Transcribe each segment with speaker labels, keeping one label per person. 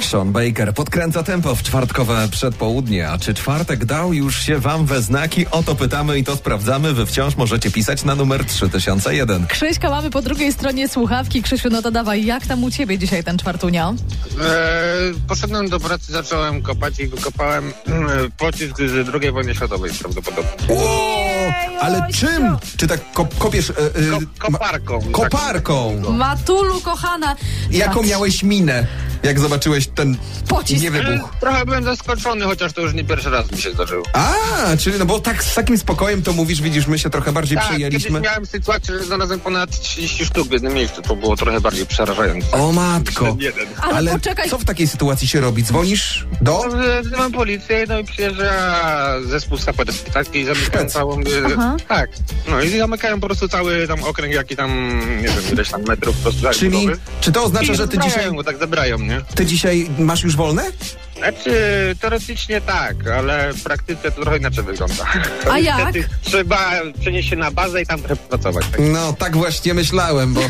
Speaker 1: Sean Baker podkręca tempo w czwartkowe przedpołudnie. A czy czwartek dał już się wam we znaki? O to pytamy i to sprawdzamy. Wy wciąż możecie pisać na numer 3001.
Speaker 2: Krzyśka mamy po drugiej stronie słuchawki. Krzysiu, no to dawaj, jak tam u ciebie dzisiaj ten czwartunio?
Speaker 3: Eee, poszedłem do pracy, zacząłem kopać i wykopałem mm, pocisk z II wojny światowej prawdopodobnie.
Speaker 1: Ale czym? Czy tak kop, kopiesz... e, e,
Speaker 3: Ko-
Speaker 1: ma-
Speaker 3: koparką. tak.
Speaker 1: koparką?
Speaker 2: Matulu, kochana.
Speaker 1: Jaką
Speaker 2: Patrz,
Speaker 1: miałeś minę, jak zobaczyłeś ten
Speaker 2: Pocisk.
Speaker 1: niewybuch?
Speaker 3: Tak. Trochę byłem zaskoczony, chociaż to już nie pierwszy raz mi się zdarzyło.
Speaker 1: A, czyli no bo tak z takim spokojem to mówisz, widzisz, my się trochę bardziej
Speaker 3: Tak, kiedyś
Speaker 1: przyjęliśmy.
Speaker 3: miałem sytuację, że znalazłem ponad 30 sztuk w jednym miejscu. To było trochę bardziej przerażające.
Speaker 1: O matko.
Speaker 3: Ten jeden.
Speaker 2: Ale,
Speaker 1: Ale
Speaker 2: poczekaj,
Speaker 1: co w takiej sytuacji się robi? Dzwonisz do...
Speaker 3: No, Wzywam policję, no i przyjeżdża zespół saperski, tak? I zamykają
Speaker 1: Szpec.
Speaker 3: całą... e,
Speaker 2: Aha.
Speaker 3: Tak. No i zamykają po prostu cały tam okręg, jaki tam, nie wiem, ileś tam metrów po prostu. tak,
Speaker 1: Czyli,
Speaker 3: budowy.
Speaker 1: czy to oznacza,
Speaker 3: I
Speaker 1: Znaczy, że ty
Speaker 3: zabrają
Speaker 1: dzisiaj,
Speaker 3: go, tak zabrają, nie?
Speaker 1: ty dzisiaj masz już wolne?
Speaker 3: Znaczy, teoretycznie tak, ale w praktyce to trochę inaczej wygląda.
Speaker 2: A jak?
Speaker 3: Niestety Trzeba przenieść się na bazę i tam trochę pracować. Tak?
Speaker 1: No, tak właśnie myślałem, bo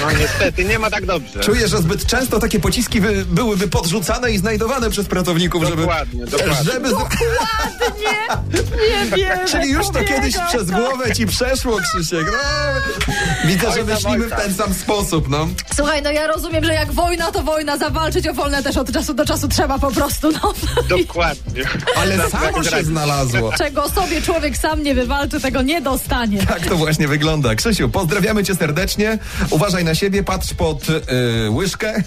Speaker 3: No niestety, nie ma tak dobrze.
Speaker 1: czuję, że zbyt często takie pociski wy, byłyby podrzucane i znajdowane przez pracowników, żeby...
Speaker 3: Dokładnie, dokładnie.
Speaker 1: Żeby...
Speaker 2: nie wiem.
Speaker 1: Tak, Czyli już to kiedyś
Speaker 2: powiedział.
Speaker 1: przez głowę ci przeszło, Krzysiek. No, widzę, że
Speaker 3: Oj, tam,
Speaker 1: myślimy
Speaker 3: oj,
Speaker 1: w
Speaker 3: tam.
Speaker 1: ten sam sposób, no.
Speaker 2: Słuchaj, no ja rozumiem, że jak wojna, to wojna. Zawalczyć o wolne też od czasu do czasu trzeba po prostu, no.
Speaker 3: Dokładnie.
Speaker 1: Ale
Speaker 3: Tak,
Speaker 1: samo
Speaker 3: tak,
Speaker 1: się
Speaker 3: tak.
Speaker 1: znalazło.
Speaker 2: Czego sobie człowiek sam nie wywalczy, tego nie dostanie.
Speaker 1: Tak to właśnie wygląda. Krzysiu, pozdrawiamy cię serdecznie. Uważaj na siebie, patrz pod y, łyżkę